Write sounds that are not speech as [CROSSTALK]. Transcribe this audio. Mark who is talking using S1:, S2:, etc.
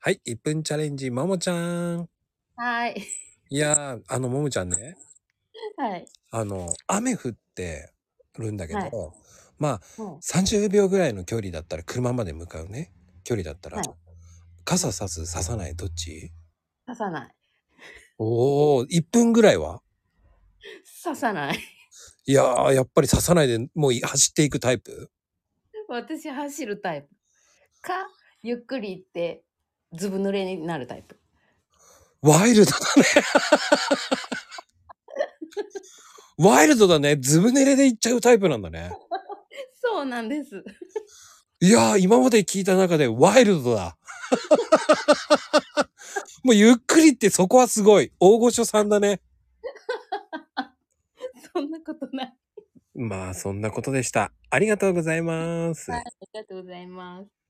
S1: はい、1分チャレンジ、ももちゃん。
S2: はい。
S1: いや、あの、ももちゃんね
S2: [LAUGHS] はい。
S1: あの、雨降ってるんだけ
S2: はい。
S1: ど、まあ、
S2: うん。
S1: 30秒ぐらいの距離だったら車まで向かうね、距離だったら、
S2: はい。
S1: 傘差す、差さない、どっち？
S2: 差さない。
S1: おお、1分ぐらいは？
S2: 差さない。 [LAUGHS]
S1: いや、やっぱり差さないで、もう、い走っていくタイプ？
S2: 私、走るタイプ。か、ゆっくり行って、ずぶ濡れになるタイプ。
S1: ワイル
S2: [LAUGHS]
S1: ドだね。ワイルドだね。ずぶ濡れで行っちゃうタイプなんだね。
S2: そうなんです。 [LAUGHS]
S1: いや、今まで聞いた中でワイルドだ。 [LAUGHS] もうゆっくりってそこはすごい。大御所さんだね。
S2: そんなことない。
S1: まあ、そんなことでした。ありがとうございます。
S2: はい、ありがとうございます。